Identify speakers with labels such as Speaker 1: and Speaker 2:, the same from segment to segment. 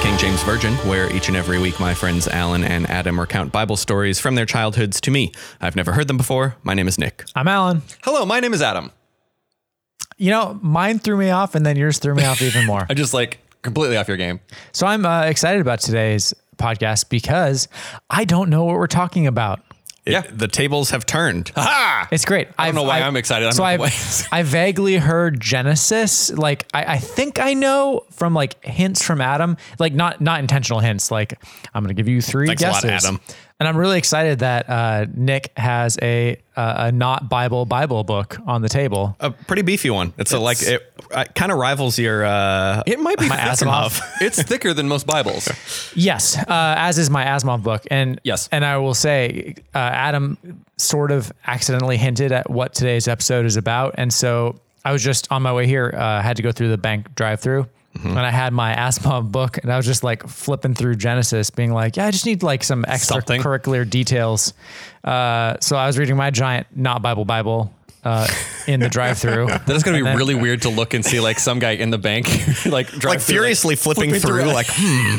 Speaker 1: King James Virgin, where each and every week my friends Alan and Adam recount Bible stories from their childhoods to me. I've never heard them before. My name is Nick.
Speaker 2: I'm Alan.
Speaker 1: Hello, my name is Adam.
Speaker 2: You know, mine threw me off, and then yours threw me off even more.
Speaker 1: I'm just like completely off your game.
Speaker 2: So I'm uh, excited about today's podcast because I don't know what we're talking about.
Speaker 1: yeah, the tables have turned. Ha!
Speaker 2: It's great. I
Speaker 1: don't know why I'm excited. I'm
Speaker 2: so
Speaker 1: not
Speaker 2: I,
Speaker 1: aware.
Speaker 2: I vaguely heard Genesis. Like I, I think I know from like hints from Adam. Like not not intentional hints. Like I'm gonna give you three
Speaker 1: Thanks a lot,
Speaker 2: guesses.
Speaker 1: Adam.
Speaker 2: And I'm really excited that uh, Nick has a uh, a not Bible Bible book on the table.
Speaker 1: A pretty beefy one. It's, a, like it, it kind of rivals your. Uh,
Speaker 3: It might be
Speaker 1: my
Speaker 3: thicker.
Speaker 1: Asimov.
Speaker 3: it's thicker than most Bibles.
Speaker 2: Yes, uh, as is my Asimov book, and
Speaker 3: Yes.
Speaker 2: and I will say, uh, Adam sort of accidentally hinted at what today's episode is about, and so I was just on my way here, uh, had to go through the bank drive-through, and I had my Asimov book, and I was just like flipping through Genesis, being like, yeah, I just need like some
Speaker 1: Something.
Speaker 2: extracurricular details. Uh, so I was reading my giant not Bible Bible uh, in the drive-through.
Speaker 3: That is going to be really weird to look and see like some guy in the bank, like drive
Speaker 1: like
Speaker 3: through,
Speaker 1: furiously flipping, through, like hmm,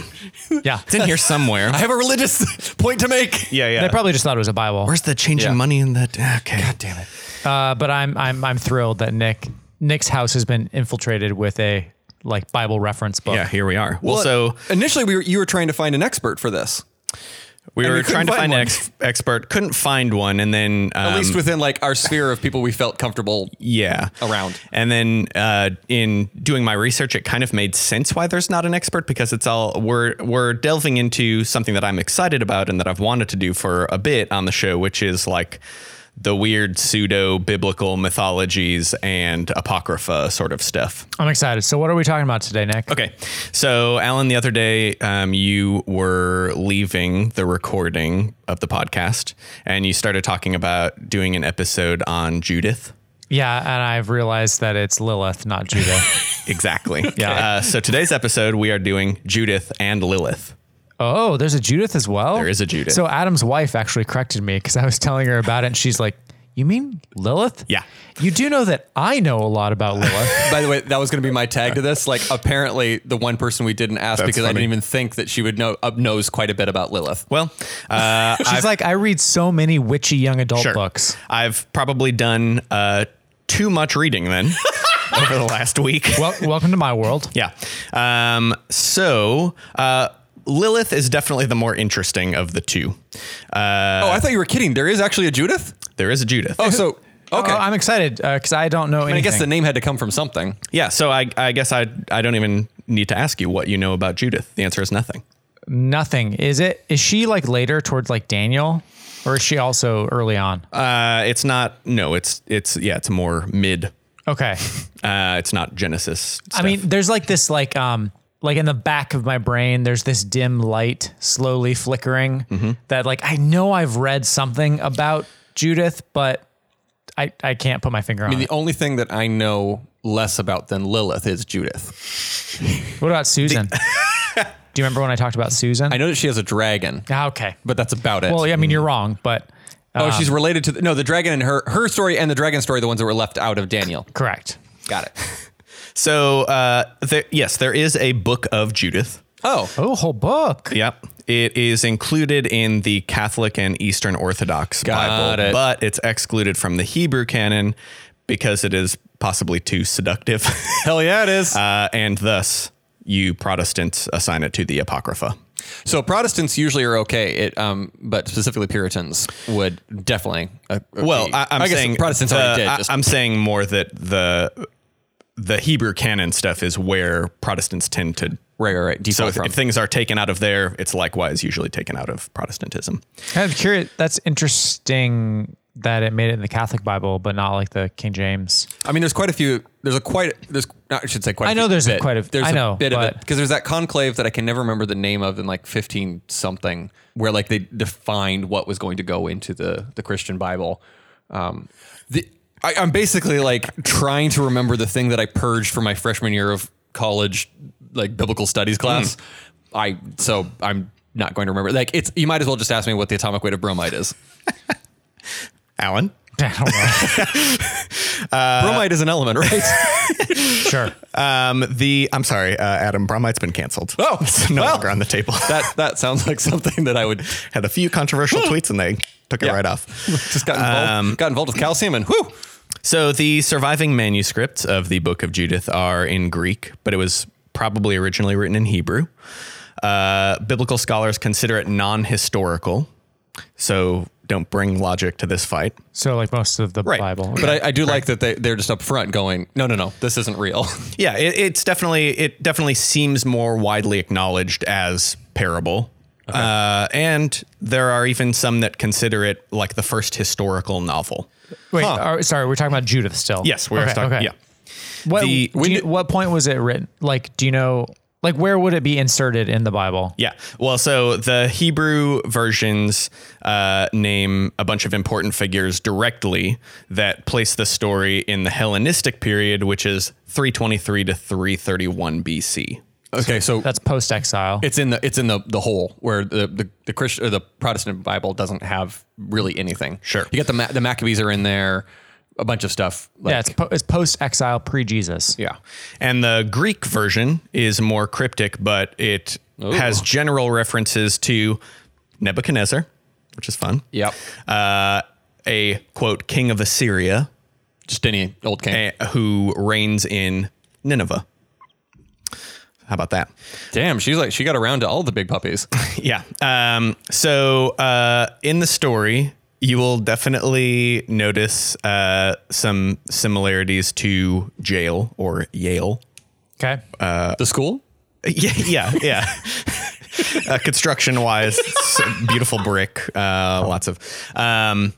Speaker 2: yeah,
Speaker 1: it's in here somewhere.
Speaker 3: I have a religious point to make.
Speaker 1: yeah, yeah.
Speaker 2: they probably just thought it was a Bible.
Speaker 1: Where's the change
Speaker 3: Yeah.
Speaker 1: in money in that? Ah, Okay. God
Speaker 3: Damn it.
Speaker 2: Uh, but I'm I'm I'm thrilled that Nick Nick's house has been infiltrated with a like Bible reference book.
Speaker 1: Yeah, here we are. Well,
Speaker 3: Well,
Speaker 1: so
Speaker 3: initially we were, you were trying to find an expert for this,
Speaker 1: we
Speaker 3: and
Speaker 1: were
Speaker 3: we
Speaker 1: trying
Speaker 3: couldn't
Speaker 1: to
Speaker 3: find
Speaker 1: find an
Speaker 3: one.
Speaker 1: ex- expert, couldn't find one, and then um,
Speaker 3: at least within like our sphere of people we felt comfortable.
Speaker 1: yeah
Speaker 3: around.
Speaker 1: And then uh, in doing my research, it kind of made sense why there's not an expert because it's all we're we're delving into something that I'm excited about and that I've wanted to do for a bit on the show, which is like the weird pseudo biblical mythologies and apocrypha sort of stuff.
Speaker 2: I'm excited. So what are we talking about today, Nick?
Speaker 1: Okay. So, Alan, the other day, um, you were leaving the recording of the podcast and you started talking about doing an episode on Judith.
Speaker 2: Yeah, and I've realized that it's Lilith, not Judah.
Speaker 1: Exactly. yeah. Uh, so, today's episode, we are doing Judith and Lilith.
Speaker 2: oh, there's a Judith as well.
Speaker 1: There is a Judith.
Speaker 2: So Adam's wife actually corrected me because I was telling her about it, and she's like, "You mean Lilith?
Speaker 1: Yeah.
Speaker 2: You do know that I know a lot about Lilith.
Speaker 3: By the way, that was going to be my tag to this. Like, apparently, the one person we didn't ask because I
Speaker 1: funny.
Speaker 3: didn't even think that she would know uh, knows quite a bit about Lilith.
Speaker 1: Well, uh,
Speaker 2: she's like, I read so many witchy young adult books.
Speaker 1: I've probably done uh, too much reading then over the last week.
Speaker 2: Well, welcome to my world.
Speaker 1: Yeah. Um, so uh, Lilith is definitely the more interesting of the two. Uh,
Speaker 3: oh, I thought you were kidding. There is actually a Judith.
Speaker 1: there is a Judith.
Speaker 3: Oh, so okay.
Speaker 2: Oh, I'm excited because I don't know anything.
Speaker 3: I guess the name had to come from something.
Speaker 1: yeah. So I, I guess I, I don't even need to ask you what you know about Judith. The answer is nothing.
Speaker 2: Nothing. Is it? Is she like later towards like Daniel, or is she also early on?
Speaker 1: Uh, it's not. No. It's it's yeah. It's more mid.
Speaker 2: okay.
Speaker 1: Uh, it's not Genesis.
Speaker 2: I mean, there's like this like um like in the back of my brain, there's this dim light slowly flickering that like I know I've read something about Judith, but I I can't put my finger on
Speaker 3: The
Speaker 2: it.
Speaker 3: only thing that I know less about than Lilith is Judith.
Speaker 2: What about Susan? Do you remember when I talked about Susan?
Speaker 3: I know that she has a dragon,
Speaker 2: Ah, okay.
Speaker 3: but that's about it.
Speaker 2: Well, yeah, I mean, you're wrong, but
Speaker 3: oh, she's related to the, no the dragon and her her story and the dragon story, the ones that were left out of Daniel.
Speaker 2: correct.
Speaker 3: Got it.
Speaker 1: so uh, there, yes, there is a book of Judith.
Speaker 3: Oh,
Speaker 2: Oh, whole book.
Speaker 1: Yep. It is included in the Catholic and Eastern Orthodox
Speaker 3: Got
Speaker 1: Bible,
Speaker 3: it.
Speaker 1: but it's excluded from the Hebrew canon because it is possibly too seductive.
Speaker 3: hell yeah, it is.
Speaker 1: uh, and thus, you Protestants assign it to the Apocrypha.
Speaker 3: so Protestants usually are okay, it um, but specifically Puritans would definitely. Uh,
Speaker 1: Well,
Speaker 3: be-
Speaker 1: I, I'm
Speaker 3: I guess
Speaker 1: saying
Speaker 3: Protestants already
Speaker 1: uh,
Speaker 3: did.
Speaker 1: I-
Speaker 3: just-
Speaker 1: I'm saying more that the the Hebrew canon stuff is where Protestants tend to.
Speaker 3: right, right, right. Default
Speaker 1: So if,
Speaker 3: from.
Speaker 1: if things are taken out of there, it's likewise usually taken out of Protestantism.
Speaker 2: Kind of curious. That's interesting that it made it in the Catholic Bible, but not like the King James.
Speaker 3: I mean, there's quite a few. There's a quite. There's not, I should say quite.
Speaker 2: I
Speaker 3: a
Speaker 2: know
Speaker 3: few
Speaker 2: there's a
Speaker 3: bit.
Speaker 2: quite a-
Speaker 3: There's
Speaker 2: I know,
Speaker 3: a bit of it
Speaker 2: but-
Speaker 3: because there's that conclave that I can never remember the name of in like 15 something, where like they defined what was going to go into the the Christian Bible. Um, the, I, I'm basically like trying to remember the thing that I purged from my freshman year of college, like biblical studies class.
Speaker 2: Hmm.
Speaker 3: I so I'm not going to remember. Like it's you might as well just ask me what the atomic weight of bromide is.
Speaker 1: Alan,
Speaker 2: I don't know. Uh,
Speaker 3: Bromide is an element, right?
Speaker 2: sure.
Speaker 1: Um, the I'm sorry, uh, Adam. Bromite's been canceled.
Speaker 3: Oh,
Speaker 1: It's no
Speaker 3: well.
Speaker 1: longer on the table.
Speaker 3: that that sounds like something that I would
Speaker 1: Had a few controversial tweets and they took it
Speaker 3: Yeah.
Speaker 1: right off.
Speaker 3: just got involved,
Speaker 1: Um,
Speaker 3: got involved with calcium and whoo.
Speaker 1: So the surviving manuscripts of the Book of Judith are in Greek, but it was probably originally written in Hebrew. Uh, biblical scholars consider it non-historical, so don't bring logic to this fight.
Speaker 2: So like most of the Bible.
Speaker 3: But I, I do like that they they're just up front going, no, no, no, this isn't real.
Speaker 1: Yeah, it, it's definitely it definitely seems more widely acknowledged as parable. Uh, and there are even some that consider it like the first historical novel.
Speaker 2: Wait, are, sorry, we're talking about Judith still.
Speaker 1: Yes, we're
Speaker 2: okay,
Speaker 1: talking.
Speaker 2: okay.
Speaker 1: Yeah,
Speaker 2: What,
Speaker 1: The-
Speaker 2: do you- what point was it written? Like, do you know? Like, where would it be inserted in the Bible?
Speaker 1: yeah. Well, so the Hebrew versions uh, name a bunch of important figures directly that place the story in the Hellenistic period, which is 323 to 331 BC.
Speaker 3: Okay, so
Speaker 2: That's post exile.
Speaker 3: it's in the it's in the the whole where the the the Christian or the Protestant Bible doesn't have really anything.
Speaker 1: Sure.
Speaker 3: you get the Ma- the Maccabees are in there, a bunch of stuff. Like,
Speaker 2: yeah, it's, po- it's post exile, pre Jesus.
Speaker 1: Yeah. And the Greek version is more cryptic, but it has general references to Nebuchadnezzar, which is fun.
Speaker 3: Yep.
Speaker 1: Uh, a quote, king of Assyria,
Speaker 3: just any old king.
Speaker 1: eh, who reigns in Nineveh. How about that?
Speaker 3: Damn, she's like she got around to all the big puppies.
Speaker 1: Yeah. Um, so uh, in the story, you will definitely notice uh, some similarities to jail or Yale.
Speaker 2: Okay.
Speaker 1: Uh.
Speaker 3: the school.
Speaker 1: Yeah, yeah, yeah. uh, construction wise, beautiful brick, uh, lots of, um,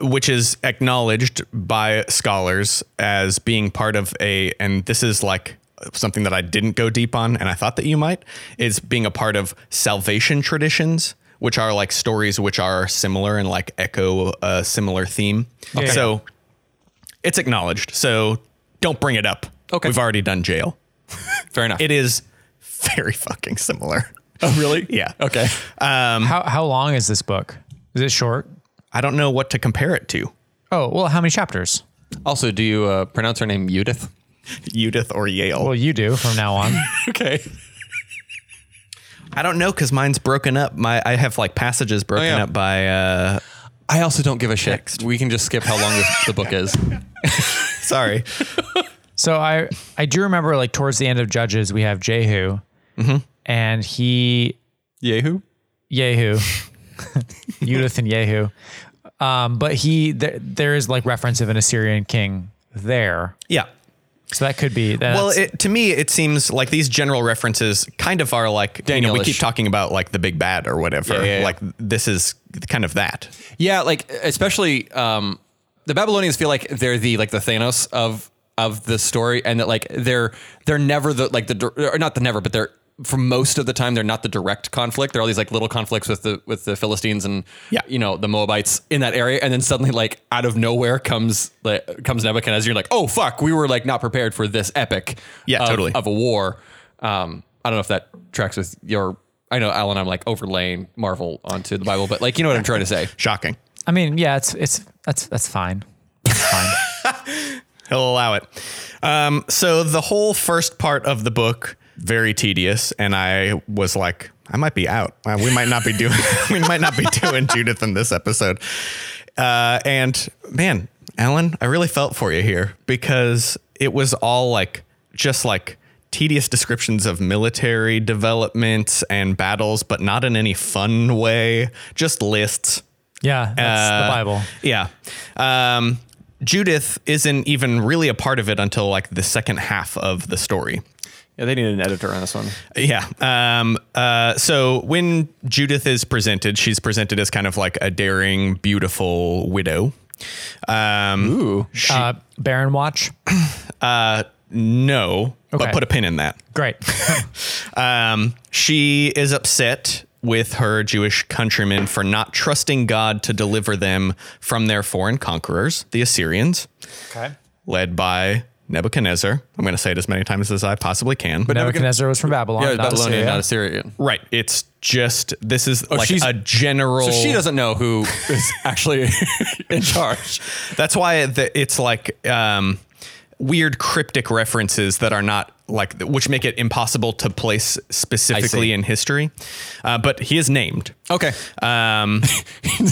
Speaker 1: which is acknowledged by scholars as being part of a, and this is like something that I didn't go deep on, and I thought that you might, is being a part of salvation traditions. Which are like stories which are similar and like echo a similar theme.
Speaker 2: Okay.
Speaker 1: So it's acknowledged. So don't bring it up.
Speaker 3: Okay.
Speaker 1: We've already done jail.
Speaker 3: Fair enough.
Speaker 1: It is very fucking similar.
Speaker 3: oh, really?
Speaker 1: Yeah.
Speaker 3: Okay.
Speaker 2: how how long is this book? Is it short?
Speaker 1: I don't know what to compare it to.
Speaker 2: Oh well, how many chapters?
Speaker 3: Also, do you uh, pronounce her name Judith?
Speaker 1: Judith or Yale.
Speaker 2: Well, you do from now on.
Speaker 3: Okay.
Speaker 1: I don't know because mine's broken up. My I have like passages broken
Speaker 3: Oh, yeah.
Speaker 1: up by uh
Speaker 3: I also don't give a shit. We can just skip how long this, the book is.
Speaker 1: sorry.
Speaker 2: So I I do remember like towards the end of Judges we have Jehu, and he
Speaker 3: Yahoo.
Speaker 2: Yehu, Judith and Yehu, um, but he there, there is like reference of an Assyrian king there,
Speaker 1: yeah.
Speaker 2: so that could be that's,
Speaker 1: Well, it, to me, it seems like these general references kind of are like you know we
Speaker 3: Danielish.
Speaker 1: keep talking about like the big bad or whatever.
Speaker 3: Yeah, yeah, yeah.
Speaker 1: Like this is kind of that.
Speaker 3: Yeah, like especially um, the Babylonians feel like they're the like the Thanos of of the story, and that like they're they're never the like the dir- or not the never, but they're for most of the time they're not the direct conflict. There are all these like little conflicts with the with the Philistines and
Speaker 1: Yeah.
Speaker 3: you know the Moabites in that area, and then suddenly like out of nowhere comes like, comes Nebuchadnezzar. You're like, oh fuck, we were like not prepared for this epic
Speaker 1: Yeah,
Speaker 3: of,
Speaker 1: totally.
Speaker 3: of a war. Um, I don't know if that tracks with your. I know Alan, I'm like overlaying Marvel onto the Bible, but like you know what I'm trying to say.
Speaker 1: Shocking.
Speaker 2: I mean, yeah, it's it's that's that's fine. That's fine.
Speaker 1: He'll allow it. Um, so the whole first part of the book very tedious, and I was like, I might be out. Uh, we might not be doing. we might not be doing Judith in this episode. Uh, and man, Alan, I really felt for you here because it was all like just like tedious descriptions of military developments and battles, but not in any fun way. Just lists.
Speaker 2: Yeah, that's the
Speaker 1: Uh,
Speaker 2: Bible.
Speaker 1: Yeah. Um, Judith isn't even really a part of it until like the second half of the story.
Speaker 3: Yeah, they need an editor on this one.
Speaker 1: Yeah. Um, uh, so when Judith is presented, she's presented as kind of like a daring, beautiful widow. Um,
Speaker 3: Ooh.
Speaker 2: uh, Baron Watch.
Speaker 1: no,
Speaker 2: Okay.
Speaker 1: but put a pin in that.
Speaker 2: Great.
Speaker 1: Um, she is upset with her Jewish countrymen for not trusting God to deliver them from their foreign conquerors, the Assyrians.
Speaker 2: okay.
Speaker 1: led by Nebuchadnezzar. I'm going to say it as many times as I possibly can. But
Speaker 2: Nebuchadnezzar was from Babylon.
Speaker 3: Yeah,
Speaker 2: not
Speaker 3: Babylonian,
Speaker 2: Assyria.
Speaker 3: not Assyrian.
Speaker 1: right, it's just this is like
Speaker 3: Oh, she's-
Speaker 1: a general.
Speaker 3: So she doesn't know who is actually in charge.
Speaker 1: That's why the, it's like um, weird cryptic references that are not like which make it impossible to place specifically in history. Uh, but he is named.
Speaker 3: Okay.
Speaker 1: Um,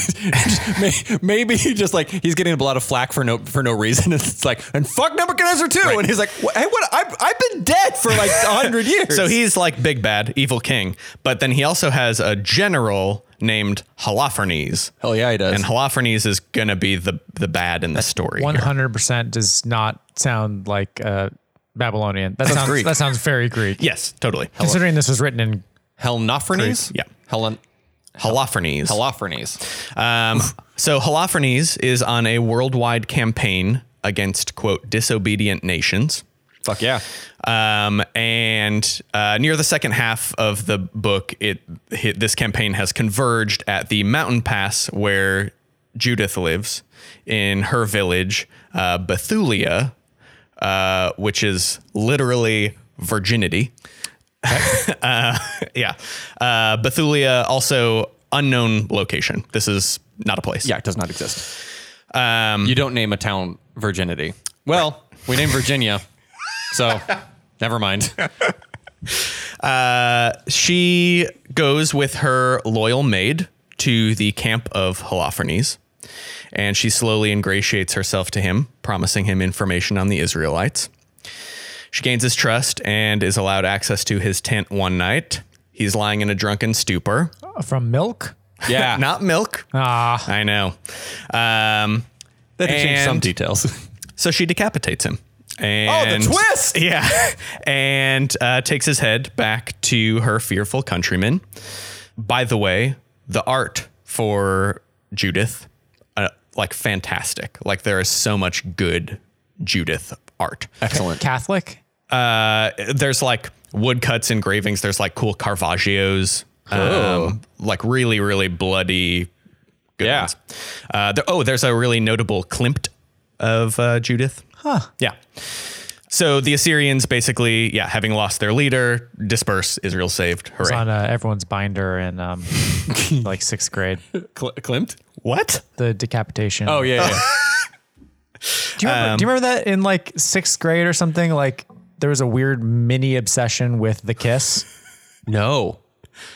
Speaker 3: May- Maybe he just like he's getting a lot of flack for no for no reason. It's like and fuck Nebuchadnezzar too. And he's like, "Wha- hey, what? I've, I've been dead for like a hundred years.
Speaker 1: so he's like big bad evil king, but then he also has a general named Holofernes.
Speaker 3: hell yeah, he does.
Speaker 1: And Holofernes is gonna be the the bad in the story.
Speaker 2: One
Speaker 1: here.
Speaker 2: hundred percent does not sound like uh, Babylonian. That sounds
Speaker 3: Greek.
Speaker 2: that sounds very Greek.
Speaker 1: Yes, totally.
Speaker 2: Considering this was written in
Speaker 3: Helnophernes.
Speaker 1: Yeah.
Speaker 3: Helen
Speaker 1: Holofernes.
Speaker 3: Helophernes.
Speaker 1: Um, so Holofernes is on a worldwide campaign against quote disobedient nations.
Speaker 3: Fuck yeah.
Speaker 1: Um, and uh, near the second half of the book, it, hit this campaign has converged at the mountain pass where Judith lives in her village, uh, Bethulia, uh, which is literally virginity. uh, yeah, uh, Bethulia also unknown location. This is not a place.
Speaker 3: Yeah, it does not exist.
Speaker 1: Um,
Speaker 3: You don't name a town virginity. Well, we named Virginia, so never mind.
Speaker 1: she goes with her loyal maid to the camp of Holofernes, and she slowly ingratiates herself to him, promising him information on the Israelites. She gains his trust and is allowed access to his tent one night. He's lying in a drunken stupor.
Speaker 2: from milk.
Speaker 3: Yeah,
Speaker 1: Not milk.
Speaker 2: Ah,
Speaker 1: I know. Um,
Speaker 3: that changed some
Speaker 1: and-
Speaker 3: details.
Speaker 1: so she decapitates him. And
Speaker 3: twist!
Speaker 1: Yeah. And uh, takes his head back to her fearful countrymen. By the way, the art for Judith, uh, like fantastic. Like there is so much good Judith art.
Speaker 3: Excellent.
Speaker 2: Catholic.
Speaker 1: Uh, there's like woodcuts, engravings. There's like cool Caravagios. Um, like really, really bloody. Good
Speaker 3: Yeah.
Speaker 1: ones. Uh, there, oh, there's a really notable Klimt of uh, Judith. Huh. Yeah. So the Assyrians basically, yeah, having lost their leader, disperse. Israel saved. Hooray!
Speaker 2: It's on uh, everyone's binder in um, like sixth grade.
Speaker 3: Cl- Klimt.
Speaker 1: what?
Speaker 2: The decapitation.
Speaker 3: Oh yeah, yeah.
Speaker 2: Do you, remember, do you remember that in like sixth grade or something? Like there was a weird mini obsession with the kiss.
Speaker 3: no.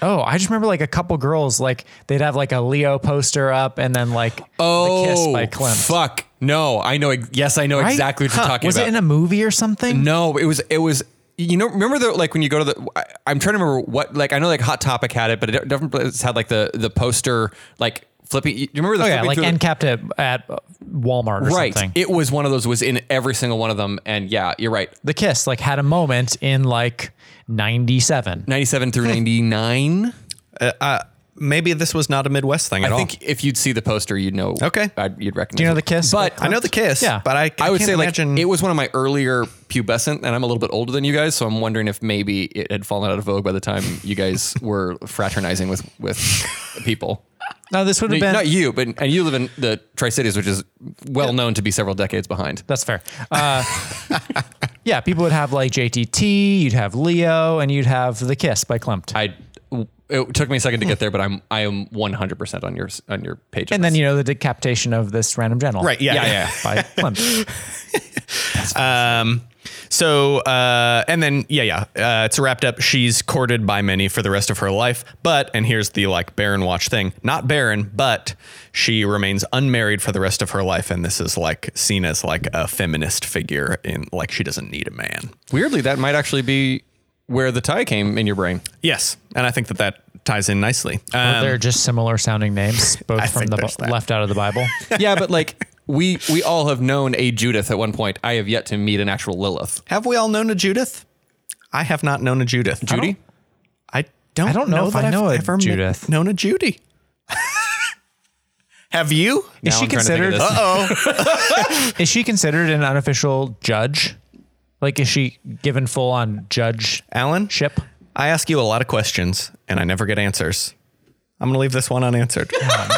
Speaker 2: Oh, I just remember like a couple girls like they'd have like a Leo poster up and then like
Speaker 3: Oh,
Speaker 2: the kiss by Klimt.
Speaker 3: fuck. No, I know. ex- Yes, I know
Speaker 2: Right?
Speaker 3: exactly what you're
Speaker 2: Huh.
Speaker 3: talking
Speaker 2: was
Speaker 3: about.
Speaker 2: it in a movie or something?
Speaker 3: no, it was. It was. You know, remember the like when you go to the. I, I'm trying to remember what like I know like Hot Topic had it, but it different places had like the the poster like flipping. Do you remember the?
Speaker 2: Oh yeah,
Speaker 3: flipping
Speaker 2: like
Speaker 3: through the-
Speaker 2: end capped at, at Walmart or
Speaker 3: right.
Speaker 2: something.
Speaker 3: It was one of those. Was in every single one of them, and yeah, you're right.
Speaker 2: the kiss like had a moment in like 97.
Speaker 3: 97 through
Speaker 2: Hmm.
Speaker 3: 99.
Speaker 1: Maybe this was not a Midwest thing at
Speaker 3: I
Speaker 1: all.
Speaker 3: think if you'd see the poster, you'd know.
Speaker 1: Okay.
Speaker 3: I'd, you'd recognize.
Speaker 2: Do you know
Speaker 3: it.
Speaker 2: the kiss?
Speaker 3: But
Speaker 1: I know the kiss.
Speaker 2: Yeah.
Speaker 1: but I, I,
Speaker 3: I would
Speaker 1: can't
Speaker 3: say like
Speaker 1: imagine
Speaker 3: it was one of my earlier pubescent, and I'm a little bit older than you guys, so I'm wondering if maybe it had fallen out of vogue by the time you guys were fraternizing with with people.
Speaker 2: No, this would have been
Speaker 3: Not you, but and you live in the Tri Cities, which is well known to be several decades behind.
Speaker 2: That's fair. Uh, yeah, people would have like JTT, you'd have Leo, and you'd have The Kiss by Klimt.
Speaker 3: I it took me a second to get there, but I'm I am 100 percent on your on your page. on
Speaker 2: and then
Speaker 3: this.
Speaker 2: you know the decapitation of this random general,
Speaker 1: Right, yeah, yeah.
Speaker 2: by Klimt.
Speaker 1: Um, so, uh, and then, yeah, yeah, uh, it's wrapped up. She's courted by many for the rest of her life, but, and here's the like Baron Watch thing, not Baron, but she remains unmarried for the rest of her life. And this is like seen as like a feminist figure in like she doesn't need a man.
Speaker 3: weirdly, that might actually be where the tie came in your brain.
Speaker 1: Yes. And I think that that ties in nicely.
Speaker 2: But
Speaker 1: Um,
Speaker 2: they're just similar sounding names, both from
Speaker 1: think
Speaker 2: the
Speaker 1: there's
Speaker 2: bu-
Speaker 1: that.
Speaker 2: left out of the Bible.
Speaker 3: yeah, but like we we all have known a Judith at one point. I have yet to meet an actual Lilith.
Speaker 1: have we all known a Judith? I have not known a Judith.
Speaker 3: Judy.
Speaker 1: I don't,
Speaker 2: I don't know if
Speaker 1: that
Speaker 2: I know
Speaker 1: I've
Speaker 2: a
Speaker 1: ever
Speaker 2: Judith.
Speaker 1: known a Judy. have you?
Speaker 2: Is she
Speaker 3: I'm trying to think of
Speaker 2: considered?
Speaker 3: this.
Speaker 2: Is she considered an unofficial judge? Like, is she given full on judge
Speaker 1: Alan?
Speaker 2: ship?
Speaker 1: I ask you a lot of questions and I never get answers. I'm going to leave this one unanswered.
Speaker 2: I'm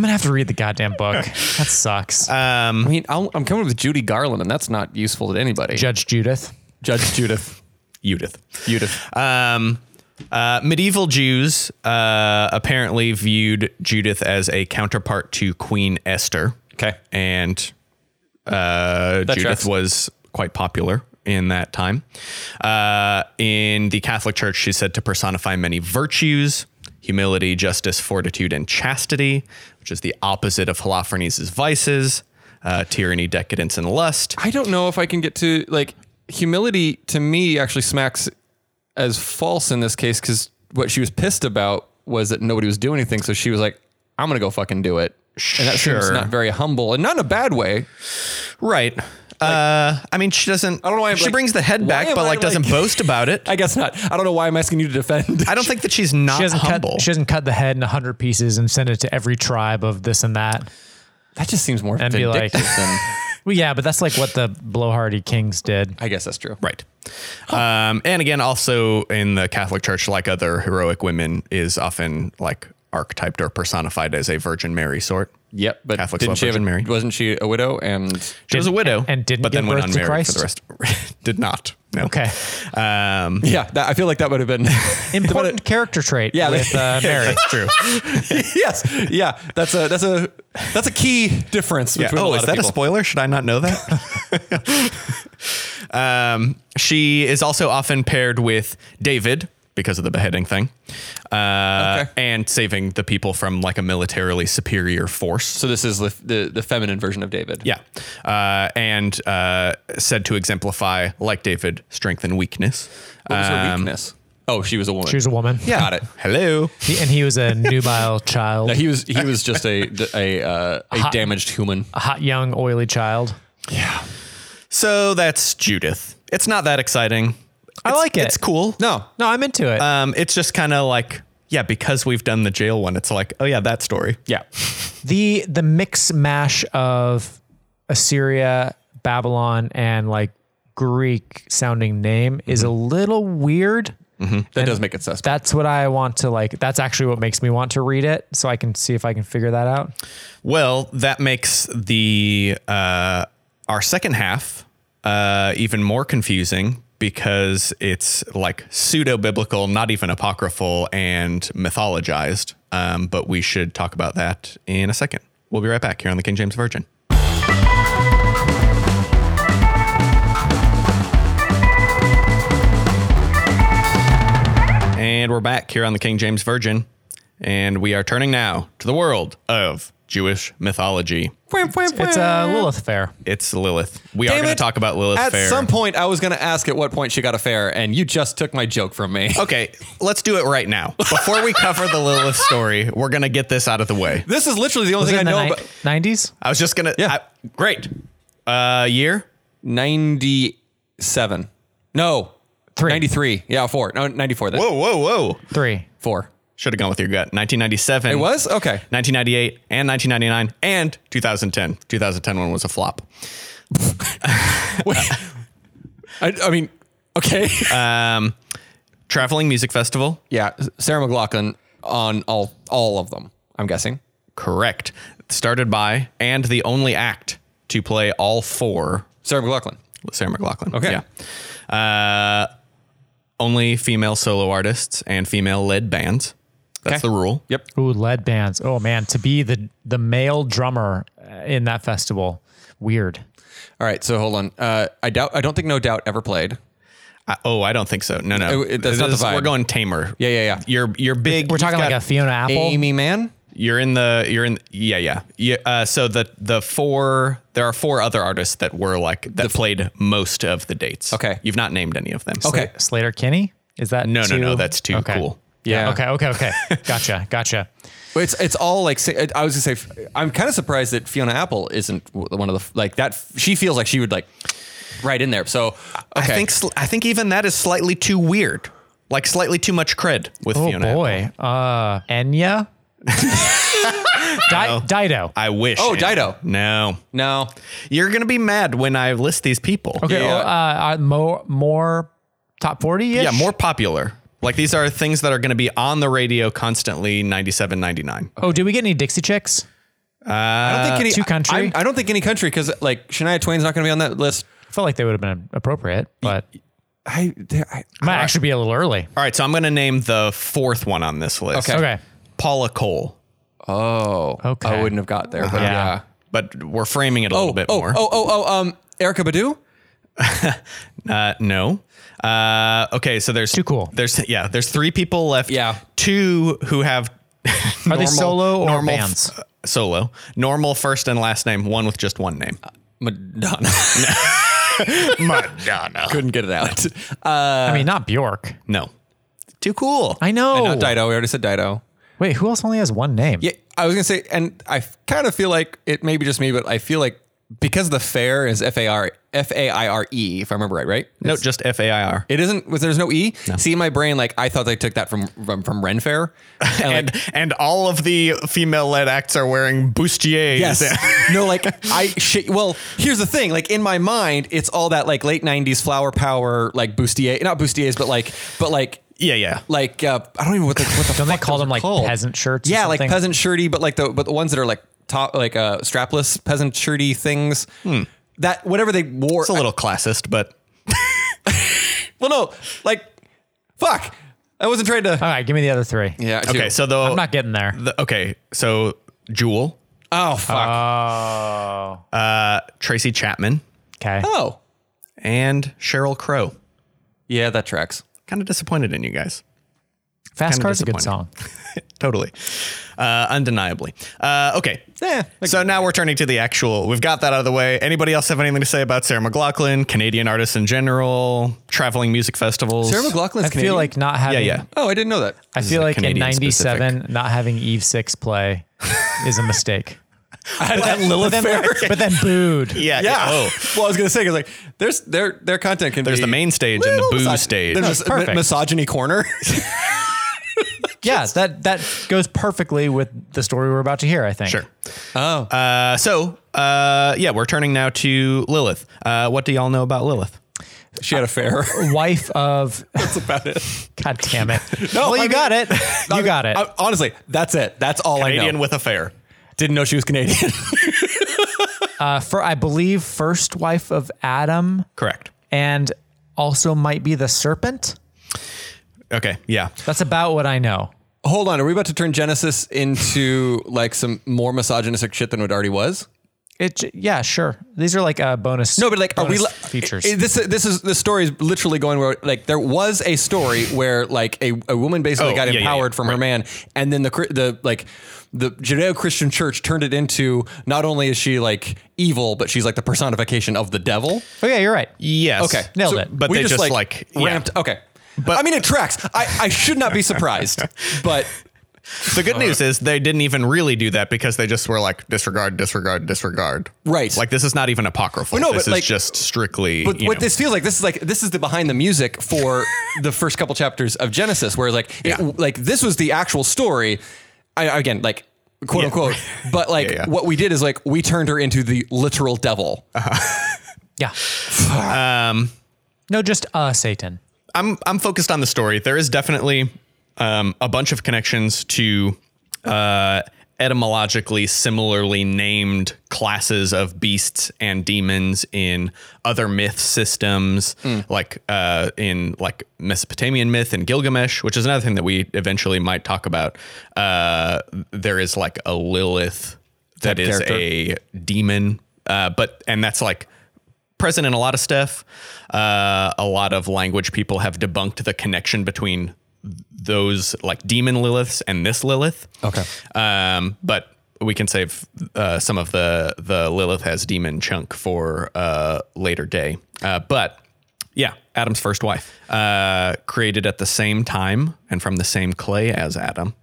Speaker 2: gonna have to read the goddamn book. That sucks.
Speaker 3: I mean, I'll, I'm coming with Judy Garland, and that's not useful to anybody.
Speaker 2: Judge Judith.
Speaker 3: Judge Judith.
Speaker 1: Judith.
Speaker 3: Judith.
Speaker 1: Um, uh, medieval Jews uh, apparently viewed Judith as a counterpart to Queen Esther.
Speaker 3: Okay.
Speaker 1: And uh, Judith
Speaker 3: tracks.
Speaker 1: was quite popular in that time. Uh, in the Catholic Church, she's said to personify many virtues humility, justice, fortitude, and chastity, which is the opposite of Holofernes' vices, uh, tyranny, decadence, and lust.
Speaker 3: I don't know if I can get to like humility to me actually smacks as false in this case because what she was pissed about was that nobody was doing anything, so she was like, "I'm gonna go fucking do it," and that seems
Speaker 1: Sure.
Speaker 3: not very humble and not in a bad way.
Speaker 1: Right. uh, I mean, she doesn't. I
Speaker 3: don't know why I'm
Speaker 1: she
Speaker 3: like-
Speaker 1: brings the head
Speaker 3: why
Speaker 1: back,
Speaker 3: am
Speaker 1: but
Speaker 3: I
Speaker 1: like doesn't
Speaker 3: like-
Speaker 1: boast about it.
Speaker 3: I guess not. I don't know why I'm asking you to defend.
Speaker 1: I don't think that she's not
Speaker 2: She doesn't
Speaker 1: humble.
Speaker 2: cut. She doesn't cut the head into hundred pieces and send it to every tribe of this and that.
Speaker 3: that just seems more
Speaker 2: be like-
Speaker 3: vindictive than.
Speaker 2: Well, yeah, but that's like what the blowhardy kings did.
Speaker 3: I guess that's true.
Speaker 1: right.
Speaker 2: Oh.
Speaker 1: Um, and again, also in the Catholic Church, like other heroic women, is often like archetyped or personified as a Virgin Mary sort.
Speaker 3: Yep, but
Speaker 1: Catholics
Speaker 3: didn't
Speaker 1: love
Speaker 3: she have a,
Speaker 1: Virgin Mary.
Speaker 3: Wasn't she a widow? And
Speaker 1: She was a
Speaker 2: Did-
Speaker 1: widow
Speaker 2: and- and didn't
Speaker 1: but then
Speaker 2: give
Speaker 1: went
Speaker 2: birth to
Speaker 1: unmarried for the
Speaker 2: Christ?
Speaker 1: rest. Did not. No.
Speaker 2: Okay.
Speaker 1: Um,
Speaker 3: yeah, that, I feel like that would have been
Speaker 2: Important character trait
Speaker 3: Yeah, they-
Speaker 2: with uh, Mary.
Speaker 1: that's true.
Speaker 3: yes, yeah. That's a that's a that's a key difference.
Speaker 1: Yeah.
Speaker 3: Between a
Speaker 1: Oh,
Speaker 3: lot
Speaker 1: is
Speaker 3: of
Speaker 1: that a
Speaker 3: people.
Speaker 1: spoiler? Should I not know that? um, she is also often paired with David because of the beheading thing, uh,
Speaker 3: Okay.
Speaker 1: and saving the people from like a militarily superior force.
Speaker 3: So this is the, the the feminine version of David.
Speaker 1: Yeah, uh, and uh, said to exemplify, like David, strength and weakness.
Speaker 3: What was her
Speaker 1: Um,
Speaker 3: weakness? Oh, she was a woman.
Speaker 2: She was a woman.
Speaker 1: Yeah.
Speaker 3: Got it.
Speaker 1: Hello.
Speaker 2: He- and he was a nubile child,
Speaker 3: He was he was just a a uh, a damaged human.
Speaker 2: a hot, young, oily child.
Speaker 1: So that's Judith. It's not that exciting.
Speaker 2: I
Speaker 1: It's-
Speaker 2: like it.
Speaker 1: It's cool.
Speaker 3: No,
Speaker 2: No, I'm into it.
Speaker 1: Um, it's just kind of like, yeah, because we've done the jail one, it's like, oh yeah, that story.
Speaker 3: yeah,
Speaker 2: the the mix mash of Assyria, Babylon, and like Greek sounding name is
Speaker 1: Mm-hmm.
Speaker 2: a little weird.
Speaker 3: that does make it suspect.
Speaker 2: That's what I want to like. That's actually what makes me want to read it, so I can see if I can figure that out.
Speaker 1: Well, that makes the uh, our second half uh, even more confusing because it's like pseudo biblical, not even apocryphal, and mythologized. Um, but we should talk about that in a second. We'll be right back here on the King James Virgin. And we're back here on the King James Virgin, and we are turning now to the world of Jewish mythology.
Speaker 2: It's a Lilith fair.
Speaker 1: It's Lilith. We are
Speaker 3: Damn
Speaker 1: going to
Speaker 3: it.
Speaker 1: talk about Lilith
Speaker 3: At
Speaker 1: Fair.
Speaker 3: some point, I was going to ask at what point she got a fair, and you just took my joke from me.
Speaker 1: okay, let's do it right now. Before we cover the Lilith story, we're going to get this out of the way.
Speaker 3: This is literally the only
Speaker 2: Was it
Speaker 3: thing I
Speaker 2: in
Speaker 3: know
Speaker 2: the
Speaker 3: about.
Speaker 2: nineties?
Speaker 1: I was just going to.
Speaker 3: Yeah.
Speaker 1: great. Uh, year?
Speaker 3: Ninety-seven. No,
Speaker 2: Three.
Speaker 3: ninety-three. Yeah, four. No, ninety-four. Then
Speaker 1: Whoa, whoa, whoa.
Speaker 2: Three.
Speaker 3: four.
Speaker 1: Should have gone with your gut. 1997.
Speaker 3: It was okay.
Speaker 1: 1998 and 1999 and 2010. 2010 one was a flop.
Speaker 3: I, I mean, okay.
Speaker 1: Traveling Music Festival?
Speaker 3: yeah, Sarah McLaughlin on all all of them. I'm guessing.
Speaker 1: Correct. Started by and the only act to play all four
Speaker 3: Sarah McLaughlin.
Speaker 1: Sarah McLaughlin.
Speaker 3: Okay.
Speaker 1: Yeah. Uh, only female solo artists and female led bands. That's
Speaker 3: Okay.
Speaker 1: the rule.
Speaker 3: Yep.
Speaker 2: Ooh, lead bands. Oh man, to be the the male drummer uh, in that festival, weird.
Speaker 3: All right. So hold on. Uh, I doubt. I don't think No Doubt ever played.
Speaker 1: I, oh, I don't think so. No, no.
Speaker 3: It- it- that's not the vibe.
Speaker 1: We're going tamer.
Speaker 3: Yeah, yeah, yeah.
Speaker 1: You're you're big.
Speaker 2: We're talking
Speaker 1: You've
Speaker 2: like a
Speaker 1: got-
Speaker 2: Fiona Apple.
Speaker 3: Amy Mann.
Speaker 1: You're in the you're in yeah yeah yeah. Uh, so the the four there are four other artists that were like that played most of the dates.
Speaker 3: Okay.
Speaker 1: You've not named any of them.
Speaker 3: Okay.
Speaker 2: Slater Kinney? Is that
Speaker 1: No, no,
Speaker 2: too-
Speaker 1: no. That's too
Speaker 2: Okay.
Speaker 1: cool.
Speaker 3: Yeah.
Speaker 2: Okay, okay, okay. Gotcha, gotcha.
Speaker 3: But It's it's all like si- I was gonna say. I'm kind of surprised that Fiona Apple isn't one of the like that. She feels like she would like right in there. So okay.
Speaker 1: I think sl- I think even that is slightly too weird. Like slightly too much cred with
Speaker 2: Oh
Speaker 1: Fiona.
Speaker 2: boy. Uh, Enya? Di- Dido.
Speaker 1: I wish.
Speaker 3: Oh, Dido.
Speaker 1: No.
Speaker 3: no.
Speaker 1: You're going to be mad when I list these people.
Speaker 2: okay,
Speaker 3: yeah.
Speaker 2: Uh, uh, more, more top 40
Speaker 1: Yeah, more popular. Like these are things that are going to be on the radio constantly 97 99.
Speaker 2: Oh, did we get any Dixie Chicks?
Speaker 3: I don't think any
Speaker 2: two country?
Speaker 3: I, I don't think any uh, country because like Shania Twain's not going to be on that list.
Speaker 2: I felt like they would have been appropriate, but it
Speaker 3: I, there- I
Speaker 2: might actually be a little early.
Speaker 1: All right, so I'm going to name the fourth one on this list.
Speaker 3: Okay.
Speaker 2: Okay.
Speaker 1: Paula Cole,
Speaker 3: oh
Speaker 2: Okay.
Speaker 3: I wouldn't have got there. But
Speaker 2: Yeah.
Speaker 3: yeah.
Speaker 1: but we're framing it a
Speaker 3: Oh,
Speaker 1: little bit
Speaker 3: oh,
Speaker 1: more.
Speaker 3: oh, oh, oh, um, Erica Badu.
Speaker 1: Uh, no. Uh, okay, so there's
Speaker 2: Too cool.
Speaker 1: There's yeah, there's three people left.
Speaker 3: Yeah.
Speaker 1: two who have
Speaker 2: Are they solo or
Speaker 1: normal
Speaker 2: bands?
Speaker 1: f- uh, solo, normal first and last name, one with just one name.
Speaker 3: Madonna.
Speaker 1: Madonna.
Speaker 3: Couldn't get it out. uh,
Speaker 2: I mean, not Bjork.
Speaker 1: No, too cool.
Speaker 2: I know.
Speaker 3: Not Dido. We already said Dido.
Speaker 2: Wait, who else only has one name?
Speaker 3: Yeah, I was gonna say, and I kind of feel like it may be just me, but I feel like because the fair is F A R F A I R E, if I remember right, right?
Speaker 1: no, just F A I R.
Speaker 3: It isn't. Was there's no E? See, in my brain, like I thought they took that from from, from Ren Fair. And, like,
Speaker 1: And and all of the female led acts are wearing bustiers.
Speaker 3: Yes. no, like I shit. Well, here's the thing. Like in my mind, it's all that like late '90s flower power, like bustier, not bustiers, but like, but like,
Speaker 1: yeah, yeah.
Speaker 3: like uh, I don't even what the what the
Speaker 2: Don't they
Speaker 3: fuck
Speaker 2: call
Speaker 3: those
Speaker 2: them
Speaker 3: are
Speaker 2: like
Speaker 3: called.
Speaker 2: peasant shirts? or
Speaker 3: Yeah, like
Speaker 2: something?
Speaker 3: peasant shirty, but like the but the ones that are like top like uh strapless peasant shirty things.
Speaker 1: Hmm.
Speaker 3: That whatever they wore.
Speaker 1: It's a little classist, but
Speaker 3: well, no, like fuck. I wasn't trying to.
Speaker 2: All right, give me the other three.
Speaker 3: yeah. I
Speaker 1: Uh, okay.
Speaker 3: do.
Speaker 1: So the
Speaker 2: I'm not getting there.
Speaker 1: the, okay, so Jewel,
Speaker 3: oh fuck.
Speaker 2: Oh.
Speaker 1: Tracy Chapman,
Speaker 2: Okay.
Speaker 3: oh.
Speaker 1: and Cheryl Crow.
Speaker 3: Yeah, that tracks.
Speaker 1: Kind of disappointed in you guys.
Speaker 2: Fast
Speaker 1: kinda
Speaker 2: Car's a good song.
Speaker 1: disappointing. totally uh, undeniably uh, okay
Speaker 3: Yeah.
Speaker 1: so now we're turning to the actual we've got that out of the way anybody else have anything to say about sarah mclaughlin canadian artists in general traveling music festivals
Speaker 3: Sarah McLaughlin's
Speaker 2: I feel like not having.
Speaker 1: yeah.
Speaker 3: Oh, I didn't know that.
Speaker 2: I feel
Speaker 1: is a
Speaker 2: like in
Speaker 1: Canadian
Speaker 2: '97, not having Eve Six play is a mistake.
Speaker 3: At Lilith
Speaker 2: But then, but then booed.
Speaker 1: yeah
Speaker 3: Yeah.
Speaker 1: oh
Speaker 3: Well, I was gonna say 'cause, like there's their their content can
Speaker 1: there's
Speaker 3: be
Speaker 1: the main stage and the
Speaker 3: little
Speaker 1: boo
Speaker 3: misogy-
Speaker 1: stage
Speaker 3: the
Speaker 2: No,
Speaker 3: mis-
Speaker 2: it's perfect.
Speaker 3: misogyny corner.
Speaker 2: Yeah, that that goes perfectly with the story we're about to hear. I think.
Speaker 1: sure
Speaker 3: oh,
Speaker 1: uh, so uh, yeah we're turning now to lilith uh, what do y'all know about lilith
Speaker 3: she had a fair.
Speaker 2: Wife of.
Speaker 3: That's about it.
Speaker 2: God damn it.
Speaker 3: No,
Speaker 2: well, you
Speaker 3: I mean-
Speaker 2: got it. You got it.
Speaker 3: I- honestly, that's it. That's all I
Speaker 1: canadian
Speaker 3: know.
Speaker 1: with a fair
Speaker 3: Didn't know she was Canadian.
Speaker 2: Uh, for I believe first wife of Adam,
Speaker 1: correct
Speaker 2: and also might be the serpent.
Speaker 1: okay yeah
Speaker 2: That's about what I know.
Speaker 3: Hold on, are we about to turn Genesis into like some more misogynistic shit than it already was?
Speaker 2: It. j- Yeah, sure. These are like uh, bonus.
Speaker 3: No, but like, are we
Speaker 2: bonus
Speaker 3: li-
Speaker 2: features?
Speaker 3: i- i- this this is the story is literally going where like there was a story where like a, a woman basically
Speaker 1: Oh,
Speaker 3: got
Speaker 1: yeah, yeah,
Speaker 3: empowered
Speaker 1: yeah.
Speaker 3: from her man, and then the Chri- the like the Judeo Christian church turned it into not only is she like evil, but she's like the personification of the devil.
Speaker 2: oh yeah, you're right.
Speaker 1: yes
Speaker 3: Okay,
Speaker 2: Nailed
Speaker 3: So
Speaker 2: it.
Speaker 1: but
Speaker 3: we
Speaker 1: they just, like, yeah.
Speaker 3: ramped. Okay, but I mean it tracks. I I should not be surprised, but.
Speaker 1: The good news is they didn't even really do that because they just were like disregard, disregard, disregard.
Speaker 3: Right.
Speaker 1: Like this is not even apocryphal.
Speaker 3: Well, no,
Speaker 1: this
Speaker 3: but,
Speaker 1: is
Speaker 3: like-
Speaker 1: just strictly.
Speaker 3: But
Speaker 1: you
Speaker 3: what
Speaker 1: know.
Speaker 3: this feels like, this is like this is the behind the music for the first couple chapters of Genesis, where like it-
Speaker 1: Yeah.
Speaker 3: like this was the actual story. I, again, like quote
Speaker 1: Yeah.
Speaker 3: unquote. But like
Speaker 1: Yeah, yeah.
Speaker 3: what we did is like we turned her into the literal devil.
Speaker 2: Yeah.
Speaker 1: Um,
Speaker 2: No, just uh, Satan.
Speaker 1: I'm I'm focused on the story. There is definitely um, a bunch of connections to uh, etymologically similarly named classes of beasts and demons in other myth systems, like uh, in like Mesopotamian myth and Gilgamesh, which is another thing that we eventually might talk about. Uh, there is like a Lilith that is
Speaker 3: character.
Speaker 1: a demon, uh, but and that's like present in a lot of stuff. Uh, a lot of language people have debunked the connection between those like demon Liliths and this Lilith.
Speaker 3: Okay.
Speaker 1: Um, but we can save uh, some of the the Lilith has demon chunk for uh, later day. Uh, but yeah, Adam's first wife, uh, created at the same time and from the same clay as Adam.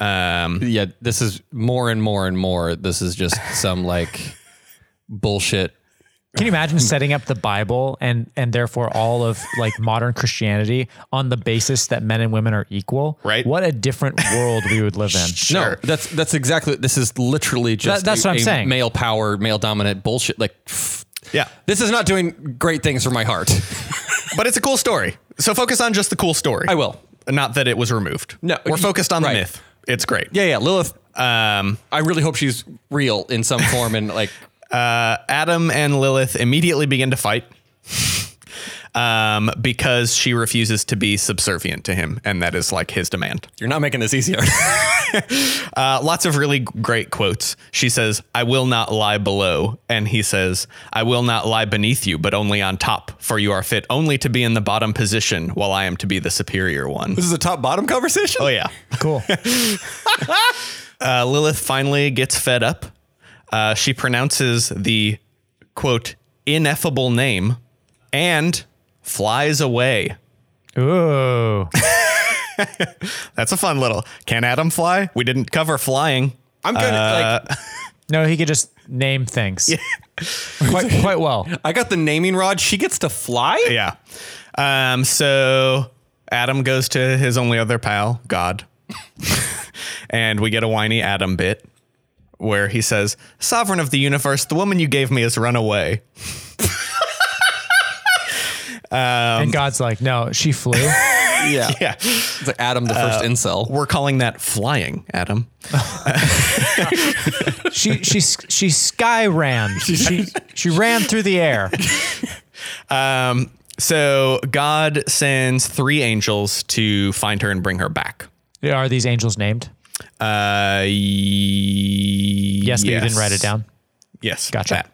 Speaker 3: Yeah, this is more and more and more. This is just some like bullshit.
Speaker 2: Can you imagine setting up the Bible and and therefore all of like modern Christianity on the basis that men and women are equal?
Speaker 1: Right.
Speaker 2: What a different world we would live in.
Speaker 1: Sure.
Speaker 3: No, that's that's exactly. This is literally just
Speaker 2: That- that's
Speaker 3: a-
Speaker 2: what I'm
Speaker 3: a
Speaker 2: saying.
Speaker 3: Male power, male dominant bullshit. Like, pff,
Speaker 1: Yeah.
Speaker 3: this is not doing great things for my heart.
Speaker 1: But it's a cool story. So focus on just the cool story.
Speaker 3: I will.
Speaker 1: Not that it was removed.
Speaker 3: No,
Speaker 1: We're
Speaker 3: y-
Speaker 1: focused on the
Speaker 3: right.
Speaker 1: myth. It's great.
Speaker 3: Yeah, yeah. Lilith
Speaker 1: Um,
Speaker 3: I really hope she's real in some form and like
Speaker 1: Adam and Lilith immediately begin to fight um, because she refuses to be subservient to him, and that is like his demand.
Speaker 3: you're not making this easier.
Speaker 1: Uh, lots of really great quotes. She says, I will not lie below. And he says, I will not lie beneath you, but only on top, for you are fit only to be in the bottom position, while I am to be the superior one.
Speaker 3: this is a top bottom conversation.
Speaker 1: Oh, yeah.
Speaker 2: Cool.
Speaker 1: Uh, Lilith finally gets fed up. Uh, she pronounces the quote, ineffable name and flies away.
Speaker 2: Ooh.
Speaker 1: That's a fun little. Can Adam fly? We didn't cover flying.
Speaker 3: I'm gonna like
Speaker 2: No, he could just name things quite, quite well.
Speaker 3: I got the naming rod. She gets to fly.
Speaker 1: Yeah. Um, so Adam goes to his only other pal, God. and we get a whiny Adam bit where he says, Sovereign of the universe, the woman you gave me has run away.
Speaker 3: Um,
Speaker 2: and God's like, no, she flew.
Speaker 3: Yeah. Uh,
Speaker 1: Yeah.
Speaker 3: It's like Adam, the first incel.
Speaker 1: We're calling that flying, Adam.
Speaker 2: she she she sky ran. She she ran through the air.
Speaker 1: Um, so God sends three angels to find her and bring her back.
Speaker 2: Are these angels named?
Speaker 1: Uh,
Speaker 2: Yes,
Speaker 1: yes,
Speaker 2: but you didn't write it down.
Speaker 1: Yes,
Speaker 2: Gotcha.